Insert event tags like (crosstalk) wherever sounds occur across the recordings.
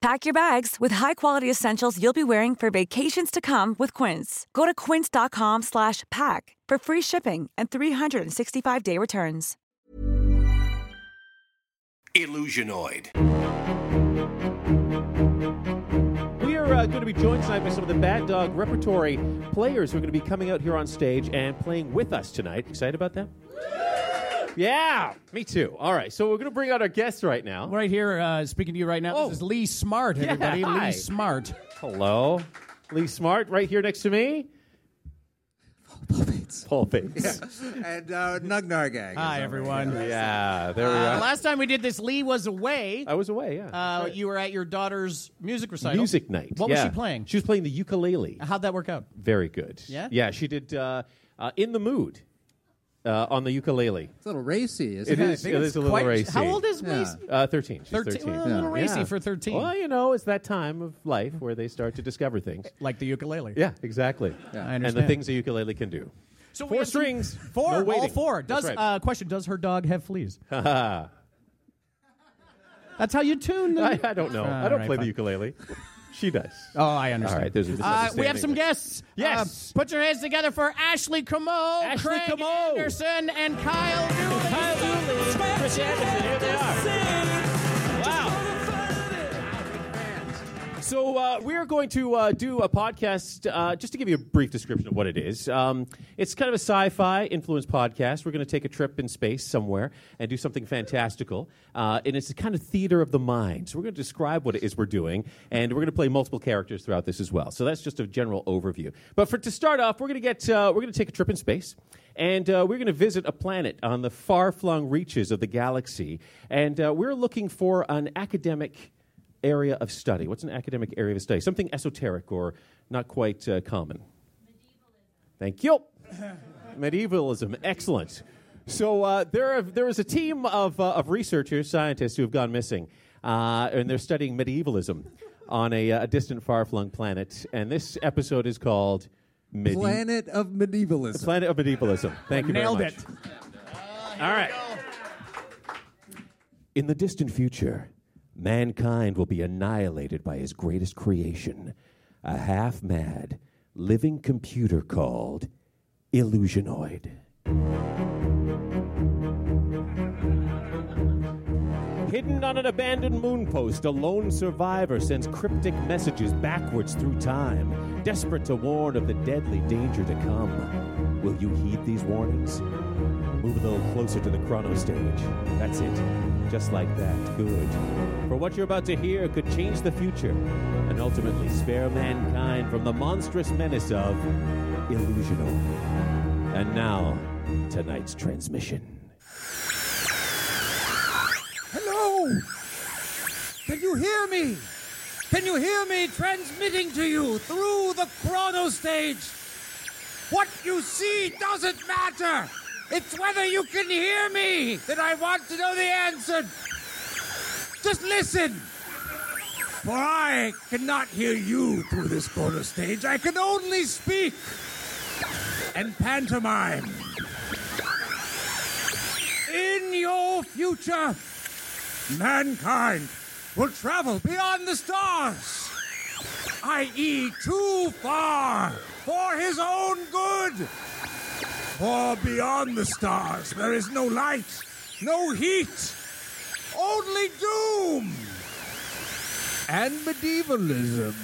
Pack your bags with high-quality essentials you'll be wearing for vacations to come with Quince. Go to quince.com/pack for free shipping and 365-day returns. Illusionoid. We are uh, going to be joined tonight by some of the Bad Dog repertory players who are going to be coming out here on stage and playing with us tonight. Excited about that? Yeah, me too. All right, so we're going to bring out our guests right now. Right here, uh, speaking to you right now, Oh. this is Lee Smart, everybody. hi. Lee Smart. Hello, Lee Smart, right here next to me. Paul Bates. and uh, Nug Nargang. Hi, everyone. (laughs) Yeah, there we Uh, are. last time we did this, Lee was away. I was away. Yeah. Uh, you were at your daughter's music recital. Music night. What was yeah. she playing? She was playing the ukulele. How'd that work out? Very good. Yeah? Yeah, she did uh, uh, "In the Mood" uh, on the ukulele. It's a little racy, It isn't it? is. It is a little Quite- racy. How old is Yeah. Reese? Uh, Thirteen. She's 13. thirteen. Well, a little racy for 13. Well, you know, it's that time of life where they start to discover things. Like the ukulele. Yeah, exactly. I And the understand. things a ukulele can do. So we four have some- strings, Four, no all waiting. four. That's Does right. uh, question? Does her dog have (laughs) fleas? That's how you tune. The... I, I don't know. I all don't right, play fine. the ukulele. She does. (laughs) oh, I understand. All right, there's a Uh, misunderstanding we have some there. guests. Yes. Uh, put your hands together for Ashley Camo, Ashley Craig Camo. Anderson, and Kyle Dooley. Kyle Dooley, Chris Anderson, here they are. Wow. So uh, we are going to uh, do a podcast uh, just to give you a brief description of what it is. Um, it's kind of a sci-fi influenced podcast. We're going to take a trip in space somewhere and do something fantastical, uh, and it's a kind of theater of the mind. So we're going to describe what it is we're doing, and we're going to play multiple characters throughout this as well. So that's just a general overview. But for to start off, we're going to get uh, we're going to take a trip in space. And uh, we're going to visit a planet on the far flung reaches of the galaxy. And uh, we're looking for an academic area of study. What's an academic area of study? Something esoteric or not quite uh, common. Thank you. (laughs) Medievalism. Excellent. So uh, there, are, there is a team of, uh, of researchers, scientists who have gone missing, uh, and they're studying medievalism on a, uh, distant, far flung planet. And this episode is called Medi- Planet of medievalism. Planet of Medievalism. Thank you. very Nailed much. it. All right. In the distant future, mankind will be annihilated by his greatest creation a half mad, living computer called Illusionoid. Hidden on an abandoned moonpost, a lone survivor sends cryptic messages backwards through time, desperate to warn of the deadly danger to come. Will you heed these warnings? Move a little closer to the chrono stage. That's it. Just like that. Good. For what you're about to hear could change the future and ultimately spare mankind from the monstrous menace of Illusional. And now, tonight's transmission. Hello! Can you hear me? Can you hear me transmitting to you through the chrono stage? What you see doesn't matter! It's whether you can hear me that I want to know the answer. Just listen! For I cannot hear you through this chrono stage. I can only speak and pantomime. In your future, mankind will travel beyond the stars, i.e., too far for his own good. For beyond the stars, there is no light, no heat, only doom and medievalism.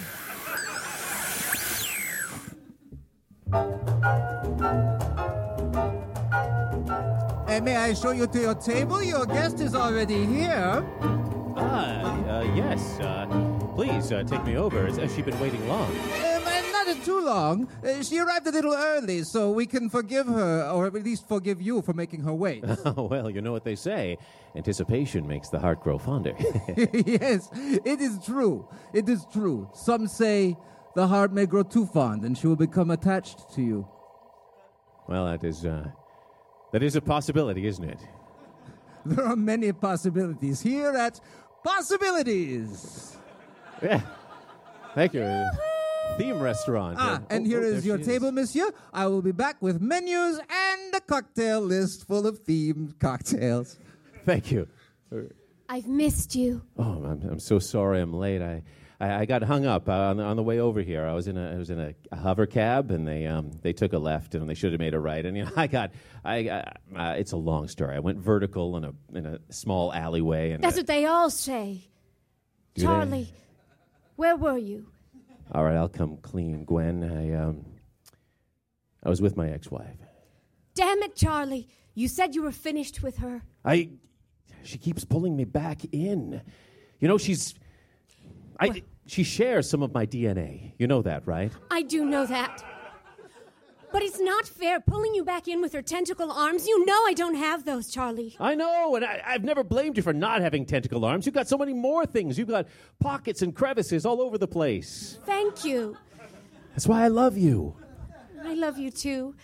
And may I show you to your table? Your guest is already here. Um, Ah, uh, yes. Uh, please uh, take me over. Has, has she been waiting long? (laughs) Um, and not in too long. Uh, she arrived a little early, so we can forgive her, or at least forgive you for making her wait. Oh, well, you know what they say anticipation makes the heart grow fonder. (laughs) (laughs) yes, it is true. It is true. Some say the heart may grow too fond, and she will become attached to you. well, that is. Uh, That is a possibility, isn't it? (laughs) There are many possibilities here at Possibilities. Yeah. Thank you. Theme restaurant. Oh, Ah, and here is your table, monsieur. I will be back with menus and a cocktail list full of themed cocktails. Thank you. I've missed you. Oh, I'm, I'm so sorry I'm late. I, I, I got hung up uh, on, the- on the way over here. I was in a, I was in a, a hover cab, and they, um, they took a left, and they should have made a right. And you know, (laughs) I got, I, uh, uh, it's a long story. I went vertical in a, in a small alleyway. And That's what they all say. Do they? Charlie, where were you? uh, All right, I'll come clean, Gwen. I, um, I was with my ex-wife. Damn it, Charlie. You said you were finished with her. I, she keeps pulling me back in. You know, she's, I, she shares some of my DNA. You know that, right? I do know that. But it's not fair pulling you back in with her tentacle arms. You know I don't have those, Charlie. I know, and I, I've never blamed you for not having tentacle arms. You've got so many more things. You've got pockets and crevices all over the place. Thank you. That's why I love you. I love you too.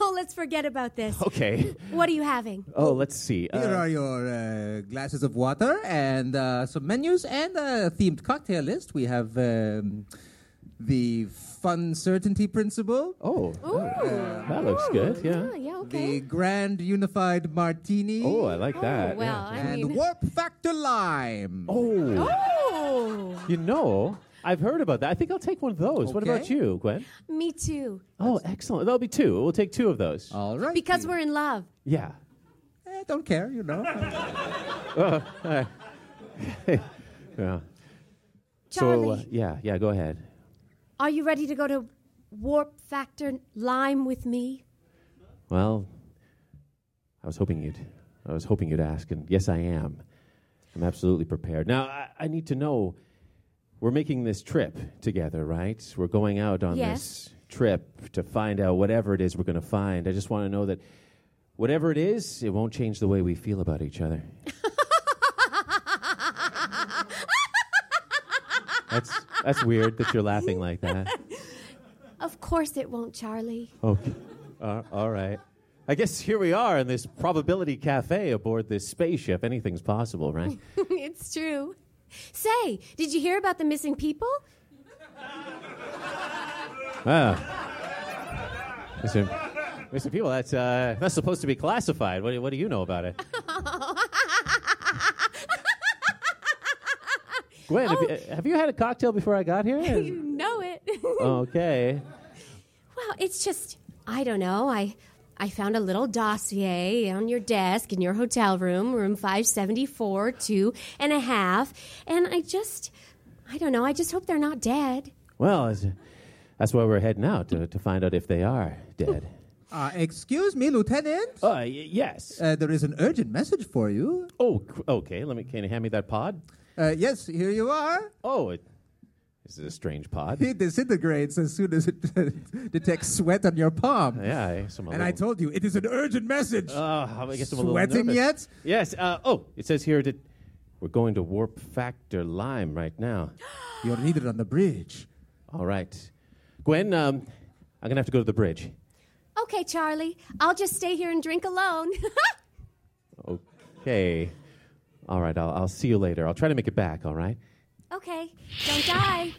Oh, let's forget about this. Okay. What are you having? Oh, let's see. Uh, Here are your uh, glasses of water and uh, some menus and a themed cocktail list. We have um, the fun certainty principle, oh, that- that looks good. Yeah. Oh, yeah, okay. the grand unified martini, Oh, I like that. oh, well, yeah. I and mean. warp factor lime. Oh, Oh, you know, I've heard about that. I think I'll take one of those. What about Okay. you, Gwen? me too. Oh, excellent. That'll be two. We'll take two of those. Oh. All right. Because we're in love. Yeah. Eh, don't care, you know. (laughs) Yeah. So, Charlie, uh, yeah, yeah, go ahead. are you ready to go to Warp Factor Lime with me? Well, I was hoping you'd, I was hoping you'd ask, and yes, I am. I'm absolutely prepared. Now, I, I need to know. We're making this trip together, right? We're going out on Yes. this trip to find out whatever it is we're going to find. I just want to know that whatever it is, it won't change the way we feel about each (laughs) other. that's that's weird that you're laughing like that. Of course it won't, Charlie. (laughs) Okay. Uh, all right. I guess here we are in this probability cafe aboard this spaceship. Anything's possible, (laughs) right? it's true. Say, did you hear about the missing people? Mr. Mr. Ah. People, that's uh, that's supposed to be classified. What do, what do you know about (laughs) it? Gwen, have, you, have you had a cocktail before Oh. (laughs) I got here? You know it. (laughs) okay. well, it's just I don't know. I I found a little dossier on your desk in your hotel room, room 574, two and a half, and I just I don't know. I just hope they're not dead. Well, it's, that's why we're heading out to, to find out if they are (laughs) dead. uh, excuse me, Lieutenant. Uh, y- yes. Uh, there is an urgent message for you. Oh, c- okay. Let me. Can you hand me that pod? Uh, yes, here you are. Oh, it, this is a strange pod. It disintegrates as soon as it (laughs) detects sweat on your palm. Yeah, I guess I'm a And I little- told you, it is an urgent message. Uh, I guess I'm a little Sweating nervous. yet? Yes. Uh, oh, it says here that we're going to Warp Factor Lime right (gasps) now. You're needed on the bridge. All right, Gwen. Um, I'm gonna have to go to the bridge. Okay, Charlie, I'll just stay here and drink alone. (laughs) Okay. All right. I'll, I'll see you later. I'll try to make it back. All right. okay, don't die.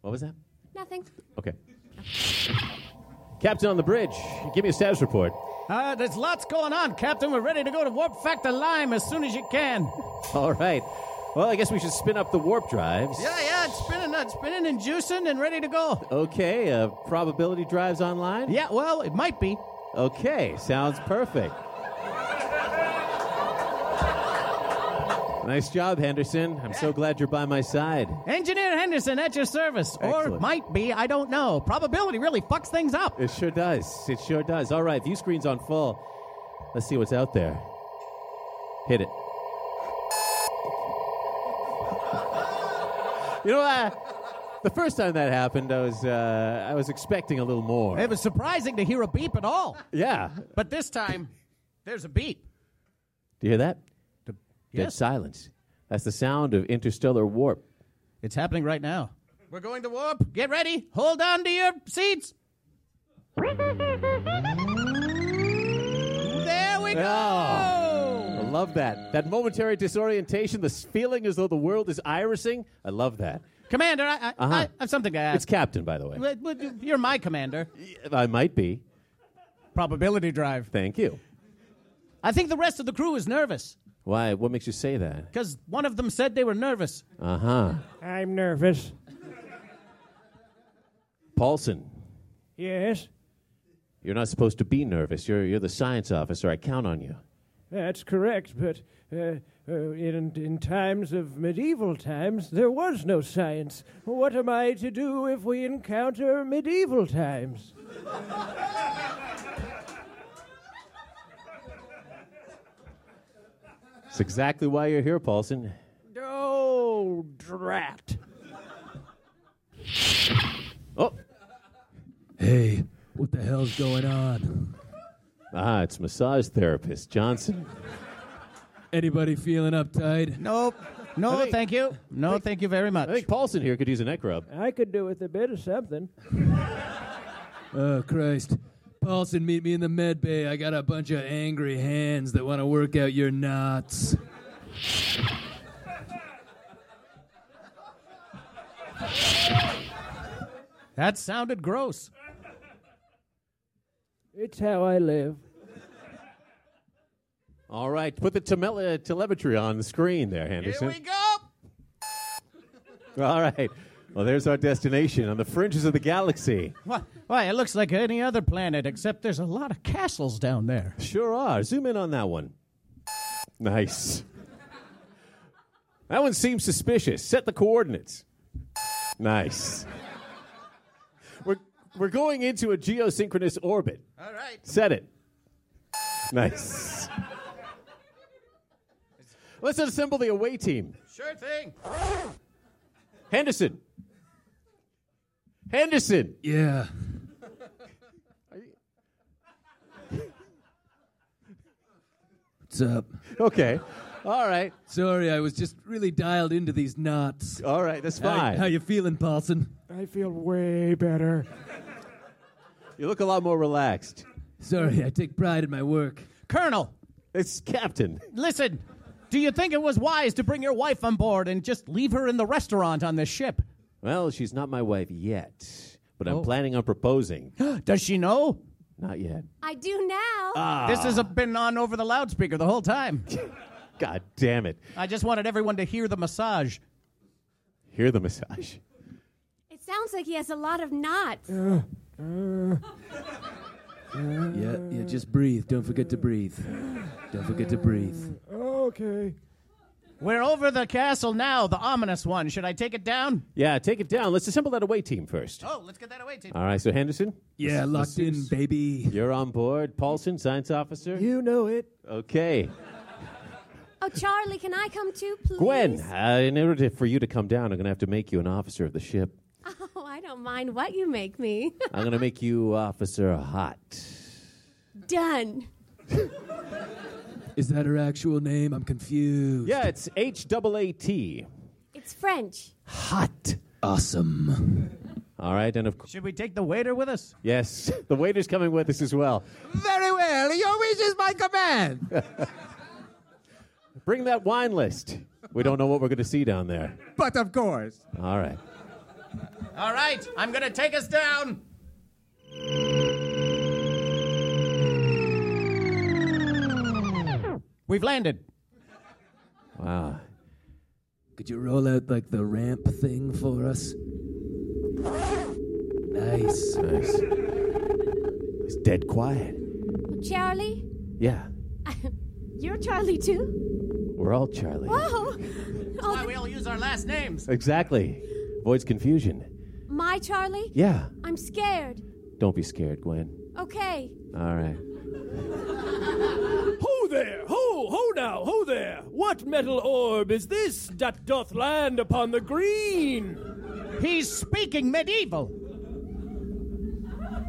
What was that? Nothing. Okay. Captain on the bridge. Give me a status report. (laughs) Uh, there's lots going on, Captain. We're ready to go to Warp Factor Lime as soon as you can. All right. Well, I guess we should spin up the warp drives. Yeah, yeah, it's spinning, uh, spinning and juicing and ready to go. Okay. Uh, probability drives online. Yeah, well, it might be. Okay, sounds perfect. nice job, Henderson. I'm so glad you're by my side. Engineer Henderson at your service. Or Excellent. it might be, I don't know. Probability really fucks things up. It sure does. It sure does. All right, view screen's on full. Let's see what's out there. Hit it. you know, uh, the first time that happened, I was uh, I was expecting a little more. It was surprising to hear a beep at all. Yeah. But this time, there's a beep. Do you hear that? Dead Yes. silence. That's the sound of interstellar warp. It's happening right now. We're going to warp. Get ready. Hold on to your seats. we go! Oh. I love that. That momentary disorientation, this feeling as though the world is irising. I love that. Commander, I, I, Uh-huh. I have something to It's ask. Captain, by the way. But- but you- You're my commander. I might be. Probability drive. Thank you. I think the rest of the crew is nervous Why? What makes you say that? because one of them said they were nervous. Uh huh. I'm nervous. Paulson, Yes, you're not supposed to be nervous. You're, you're the science officer. I count on you. that's correct, but uh, uh, in, in times of medieval times, there was no science. What am I to do if we encounter medieval times? That's exactly why you're here, Paulson. Oh, drat. Oh, Hey, what the hell's going on? ah, it's massage therapist Johnson. Anybody feeling uptight? Nope. No, thank you. No, thank you very much. I think Paulson here could use a neck rub. I could do with a bit of something. Oh, Christ. Paulson, meet me in the med bay. I got a bunch of angry hands that want to work out your knots. That sounded gross. It's how I live. All right, put the tele- telemetry on the screen there, Henderson. go. (laughs) All right. Well, there's our destination on the fringes of the galaxy. Why, why, it looks like any other planet, except there's a lot of castles down there. Sure are. Zoom in on that one. Nice. That one seems suspicious. Set the coordinates. Nice. We're, we're going into a geosynchronous orbit. All right. Set it. Nice. Let's assemble the away team. Sure thing. Henderson. Henderson. Yeah. What's up? Okay. All right. Sorry, I was just really dialed into these knots. All right. That's How, fine. how you feeling, Paulson? I feel way better. You look a lot more relaxed. Sorry, I take pride in my work. Colonel, It's Captain. listen. Do you think it was wise to bring your wife on board and just leave her in the restaurant on this ship? Well, she's not my wife yet, but I'm planning on proposing. Does she know? not yet. I do now. This has been on over the loudspeaker the whole time. God damn it. I just wanted everyone to hear the massage. Hear the massage. it sounds like he has a lot of knots. Yeah, yeah, just breathe. Don't forget to breathe. Don't forget to breathe. Okay. We're over the castle now, the ominous one. Should I take it down? Yeah, take it down. Let's assemble that away team first. Oh, let's get that away, Tim. All right, so Henderson, Yeah, locked in, baby. you're on board. Paulson, science officer. You know it. Okay. (laughs) Oh, Charlie, can I come too, please? Gwen, uh, in order for you to come down, I'm going to have to make you an officer of the ship. Oh, I don't mind what you make me. (laughs) I'm going to make you Officer Hot. Done. Is that her actual name? I'm confused. Yeah, it's H double A T. It's French. Hot. Awesome. All right, and of course, Should we take the waiter with us? yes, (laughs) the waiter's coming with us as well. Very well. Your wish is my command. Bring that wine list. We don't know what we're going to see down there. but of course. All right. All right, I'm gonna take us down. We've landed. Wow. Could you roll out like the ramp thing for us? Nice. Nice. It's dead quiet. Charlie? Yeah, You're Charlie too? we're all Charlie. Oh, Why we all use our last names? Exactly. Avoids confusion. my Charlie? Yeah. I'm scared. Don't be scared, Gwen. Okay. All right. Ho there! Ho! Ho now! Ho there! What metal orb is this that doth land upon the green? He's speaking medieval.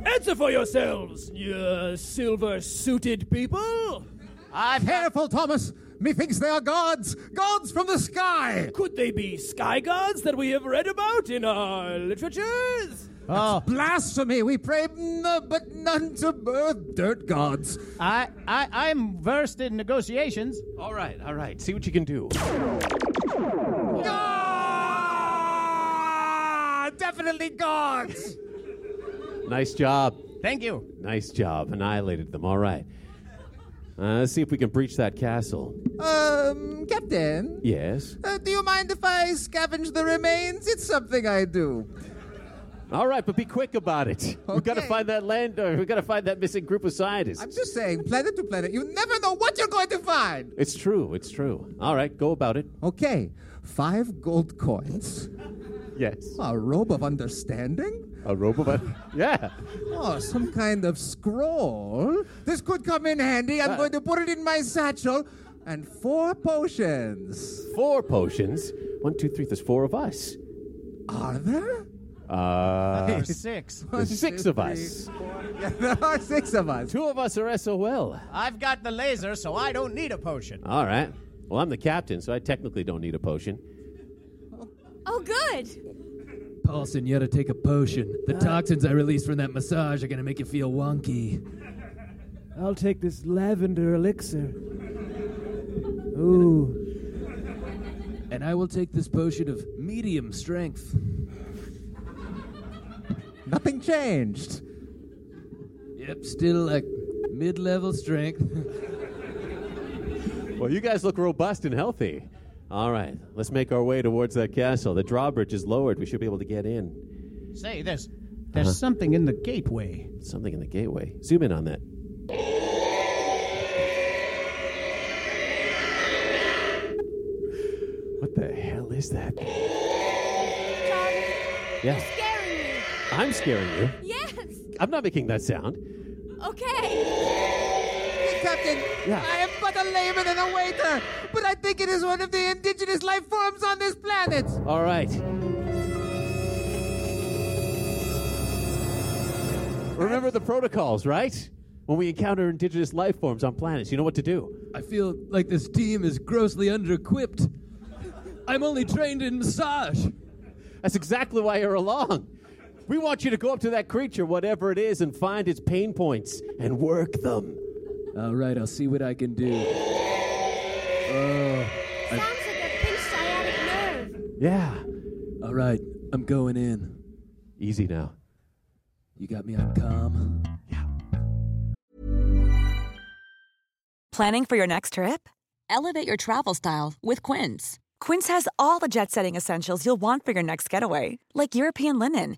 Answer for yourselves, you silver-suited people! I've had Careful, Thomas. Methinks they are gods. Gods from the sky. Could they be sky gods that we have read about in our literatures? Oh. Blasphemy! We pray no, but none to birth dirt gods. I, I, I'm versed in negotiations. All right, all right. See what you can do. Ah, definitely gods. Nice job. (laughs) Thank you. Nice job. Annihilated them. All right. Uh, let's see if we can breach that castle. Um, Captain, Yes. uh, do you mind if I scavenge the remains? It's something I do. All right, but be quick about it. We've got to Okay. find that land, or we've got to find that missing group of scientists. I'm just saying, planet to planet, you never know what you're going to find. It's true. It's true. All right, go about it. Okay, five gold coins, Yes. a robe of understanding, A robe of a- (laughs) Yeah. or Oh, some kind of scroll. This could come in handy. Uh, I'm going to put it in my satchel, and four potions. Four potions. One, two, three. There's four of us. Are there? (laughs) Uh, Six. there's six of us. Yeah, there are six of us. Two of us are SOL. I've got the laser, so I don't need a potion. All right. Well, I'm the captain, so I technically don't need a potion. Oh, good. Paulson, you ought to take a potion. The toxins I released from that massage are gonna make you feel wonky. I'll take this lavender elixir. Ooh, And I will take this potion of medium strength. Nothing changed. Yep, still like mid level strength. (laughs) Well, you guys look robust and healthy. All right, let's make our way towards that castle. The drawbridge is lowered. We should be able to get in. Say, there's, there's something in the gateway. Something in the gateway. Zoom in on that. What the hell is that? Yes, Scaring me. I'm scaring you. Yes. I'm not making that sound. Okay. Hey, Captain, Yeah. I am but a layman and a waiter, but I think it is one of the indigenous life forms on this planet. All right. Remember the protocols, right? When we encounter indigenous life forms on planets, you know what to do. I feel like this team is grossly underequipped. I'm only trained in massage. That's exactly why you're along. We want you to go up to that creature, whatever it is, and find its pain points and work them. All right, I'll see what I can do. Sounds like a pinched sciatic nerve. Yeah. All right, I'm going in. Easy now. You got me on calm. Planning for your next trip? Elevate your travel style with Quince. Quince has all the jet setting essentials you'll want for your next getaway, like European linen,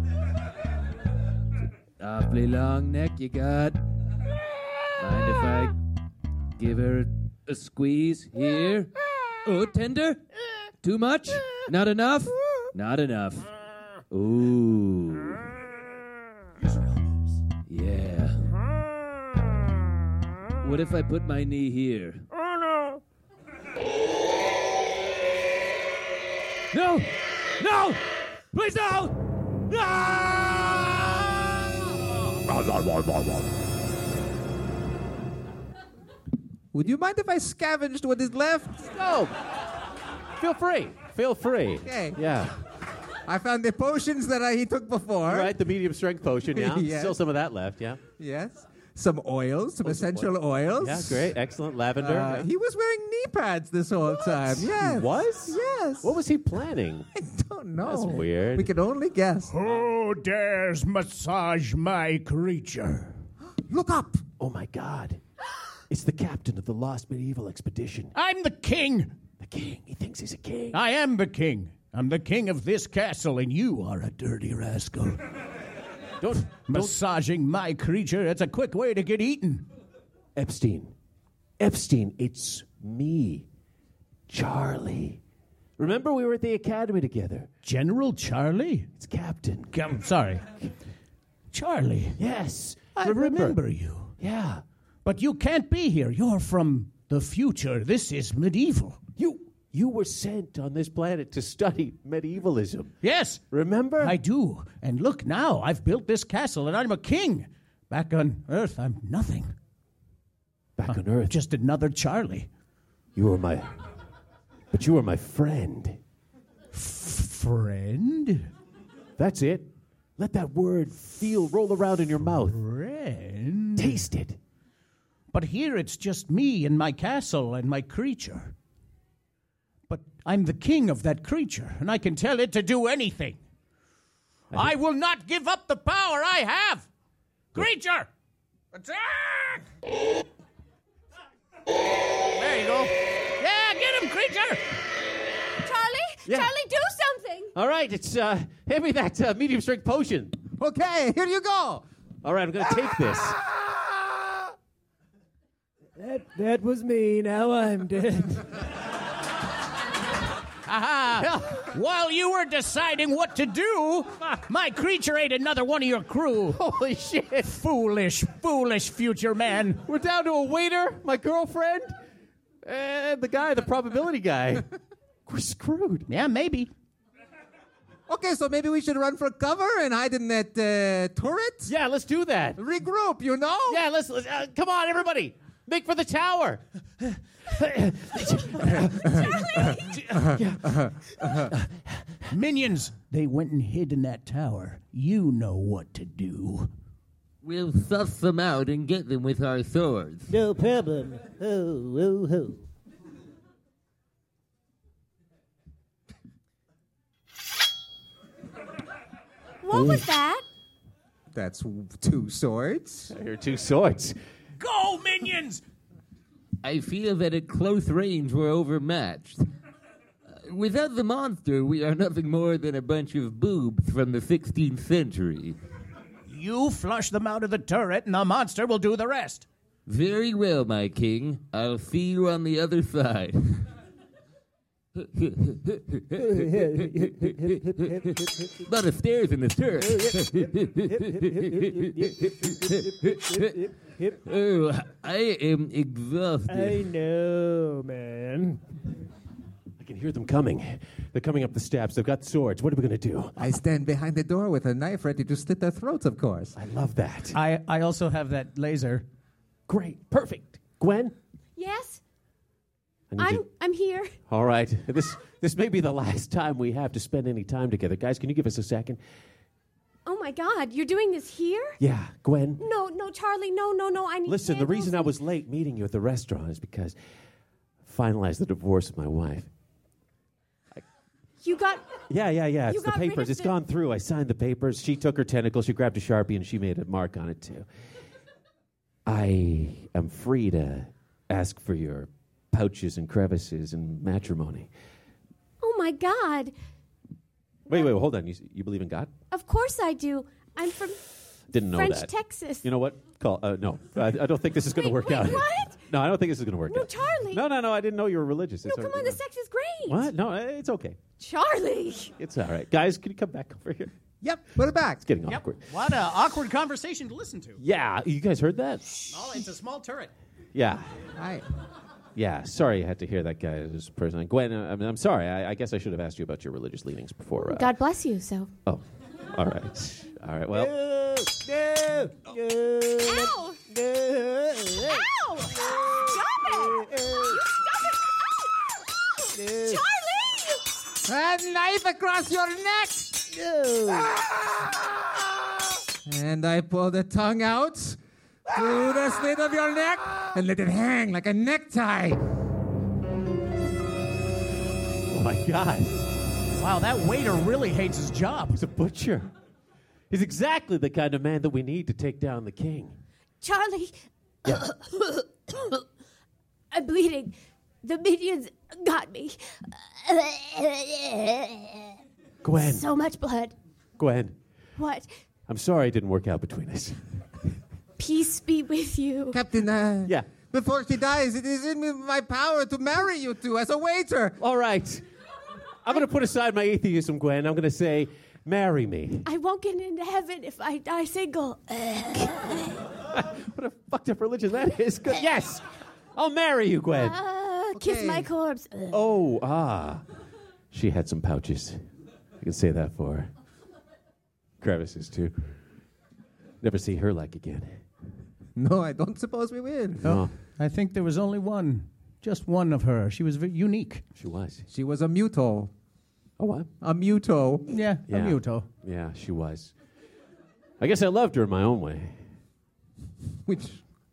Awfully long neck you got. Mind if I give her a squeeze here? Oh, tender? Too much? Not enough? Not enough. Ooh. Yeah. What if I put my knee here? No! No! Please no! Would you mind if I scavenged what is left? Oh, feel free. Feel free. Okay. Yeah. I found the potions that I, he took before. All right, the medium strength potion. Yeah. Yes. Still some of that left. Yeah. Yes. Some oils, some essential oils. Oh, Yeah. Great. Excellent. Lavender. Uh, yeah. he was wearing knee pads this whole time. Yes. was? Yes. What was he planning? I don't know. That's weird. We can only guess. Who dares massage my creature? Look up. Oh my God. It's the captain of the lost medieval expedition. I'm the king. The king. He thinks he's a king. I am the king. I'm the king of this castle, and you are a dirty rascal. Ah. Don't. Massaging my creature, it's a quick way to get eaten. Epstein. Epstein, it's me. Charlie. Remember we were at the academy together. General Charlie? It's captain. I'm sorry. Charlie. Yes. I remember. you. Yeah. But you can't be here. You're from the future. This is medieval. You you were sent on this planet to study medievalism. Yes. Remember? I do. And look now, I've built this castle and I'm a king. Back on Earth, I'm nothing. Back on Earth, Just another Charlie. you were my But you were my friend. Friend? That's it. Let that word feel roll around in your mouth. Friend? Taste it. But here it's just me and my castle and my creature. But I'm the king of that creature, and I can tell it to do anything. I, will not give up the power I have! Creature! Attack! there you go. Yeah, get him, creature! Charlie? Yeah. Charlie, do something! All right, it's uh, hand me that uh, medium strength potion. Okay, here you go. All right, I'm gonna take this. (laughs) That, that was me. Now I'm dead. Aha! While you were deciding what to do, my creature ate another one of your crew. (laughs) Holy shit! Foolish, foolish future man. We're down to a waiter, my girlfriend, and the guy, the probability guy. We're screwed. Yeah, maybe. Okay, so maybe we should run for cover and hide in that uh, turret. Yeah, let's do that. Regroup, you know? Yeah, let's. let's uh, come on, everybody. Make for the tower. Minions, they went and hid in that tower. You know what to do. We'll suss them out and get them with our swords. no problem. Oh, oh, oh. What was that? That's w- two swords. Here are two swords. Go, minions! I feel that at close range we're overmatched. Uh, Without the monster, we are nothing more than a bunch of boobs from the 16th century. You flush them out of the turret, and the monster will do the rest. Very well, my king. I'll see you on the other side. (laughs) Lot of stairs in this turret. (laughs) oh, I am I exhausted. know, man. I can hear them coming. They're coming up the steps. They've got swords. What are we gonna do? I stand behind the door with a knife ready to slit their throats, of course. I love that. I, I also have that laser. Uh, Great. Perfect. Gwen. Yes? I need I'm you- I'm here. All right. This this may be the last time we have to spend any time together, guys. Can you give us a second? Oh my god, you're doing this here? Yeah, Gwen. No, no, Charlie, no, no, no. I need Listen, the reason I sandals. was late meeting you at the restaurant is because I finalized the divorce of my wife. you got Yeah, yeah, yeah. It's You the got rid of papers. It's the- gone through. I signed the papers. She took her tentacle. She grabbed a sharpie and she made a mark on it too. I am free to ask for your pouches and crevices and matrimony. Oh my god. Wait, wait, hold on. You, you believe in God? Of course I do. I'm from Didn't know French that. Texas. You know what? Call. Uh, no, I, I don't think this is going to Wait, work wait, out. what? No, I don't think this is going to work No, out. Charlie. No, no, no. I didn't know you were religious. no, come on, the sex is great. What? No, it's okay. Charlie. It's all right. Guys, can you come back over here? Yep, put it back. It's getting awkward. What an awkward conversation to listen to. Yeah, you guys heard that? Oh, it's a small turret. Yeah. Hi. Yeah, sorry I had to hear that guy, this person. Gwen, I mean, I'm sorry. I, I guess I should have asked you about your religious leanings before. Uh, God bless you, so. Oh, all right. All right, well. No, no, no, Ow! no. Ow! Stop it! You stop it! Ow! Charlie! A knife across your neck! Ah! And I pull the tongue out through the slit of your neck and let it hang like a necktie. Oh, my God. Wow, that waiter really hates his job. He's a butcher. He's exactly the kind of man that we need to take down the king. Charlie! (coughs) I'm bleeding. The minions got me. Gwen, So much blood. Gwen, What? I'm sorry it didn't work out between us. Peace be with you. Captain, uh, Yeah. before she dies, it is in my power to marry you two as a waiter. All right. I'm going to put aside my atheism, Gwen. I'm going to say Marry me. I won't get into heaven if I die (coughs) single. Uh, What a fucked up religion that is. Good. Yes, I'll marry you, Gwen. Uh, Kiss my corpse. Uh, Oh, ah. She had some pouches. I can say that for her. Crevices, too. Never see her like again. (laughs) No, I don't suppose we will. No. I think there was only one, just one of her. She was v- unique. She was. She was a muto. Oh, what? A muto. Yeah, Yeah. a muto. Yeah, she was. I guess I loved her my own way. Which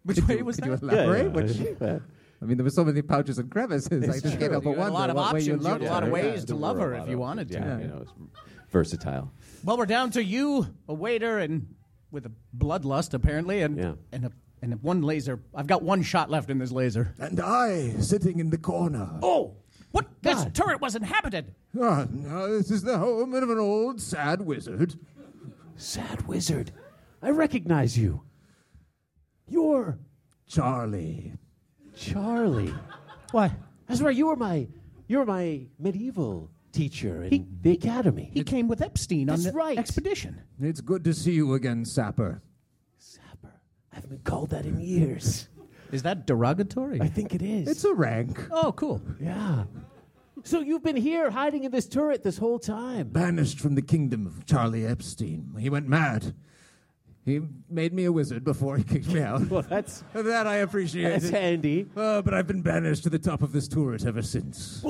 Which could way you, was could that? you Yeah, yeah, elaborate? Which- (laughs) yeah. I mean, there were so many pouches and crevices. I just gave up You a had one. a lot of but what way you options. You had a loved lot of her, ways yeah. to love her if you wanted to. Yeah, you know, it's versatile. Well, we're down to you, a waiter, and with a bloodlust apparently, and Yeah. and a and a one laser. I've got one shot left in this laser. And I, sitting in the corner. Oh, what? This turret was inhabited. Ah, now this is the home of an old sad wizard. Sad wizard. I recognize you. You're Charlie. Charlie. Why? That's right. You were my you were my medieval teacher in the academy. He came with Epstein That's on the right. expedition. It's good to see you again, Sapper. Sapper. I haven't been called that in years. Is that derogatory? I think it is. It's a rank. oh, cool. yeah. So you've been here hiding in this turret this whole time. Banished from the kingdom of Charlie Epstein. He went mad. He made me a wizard before he kicked me (laughs) out. Well, that's that I appreciate. that's handy. Uh, but I've been banished to the top of this turret ever since.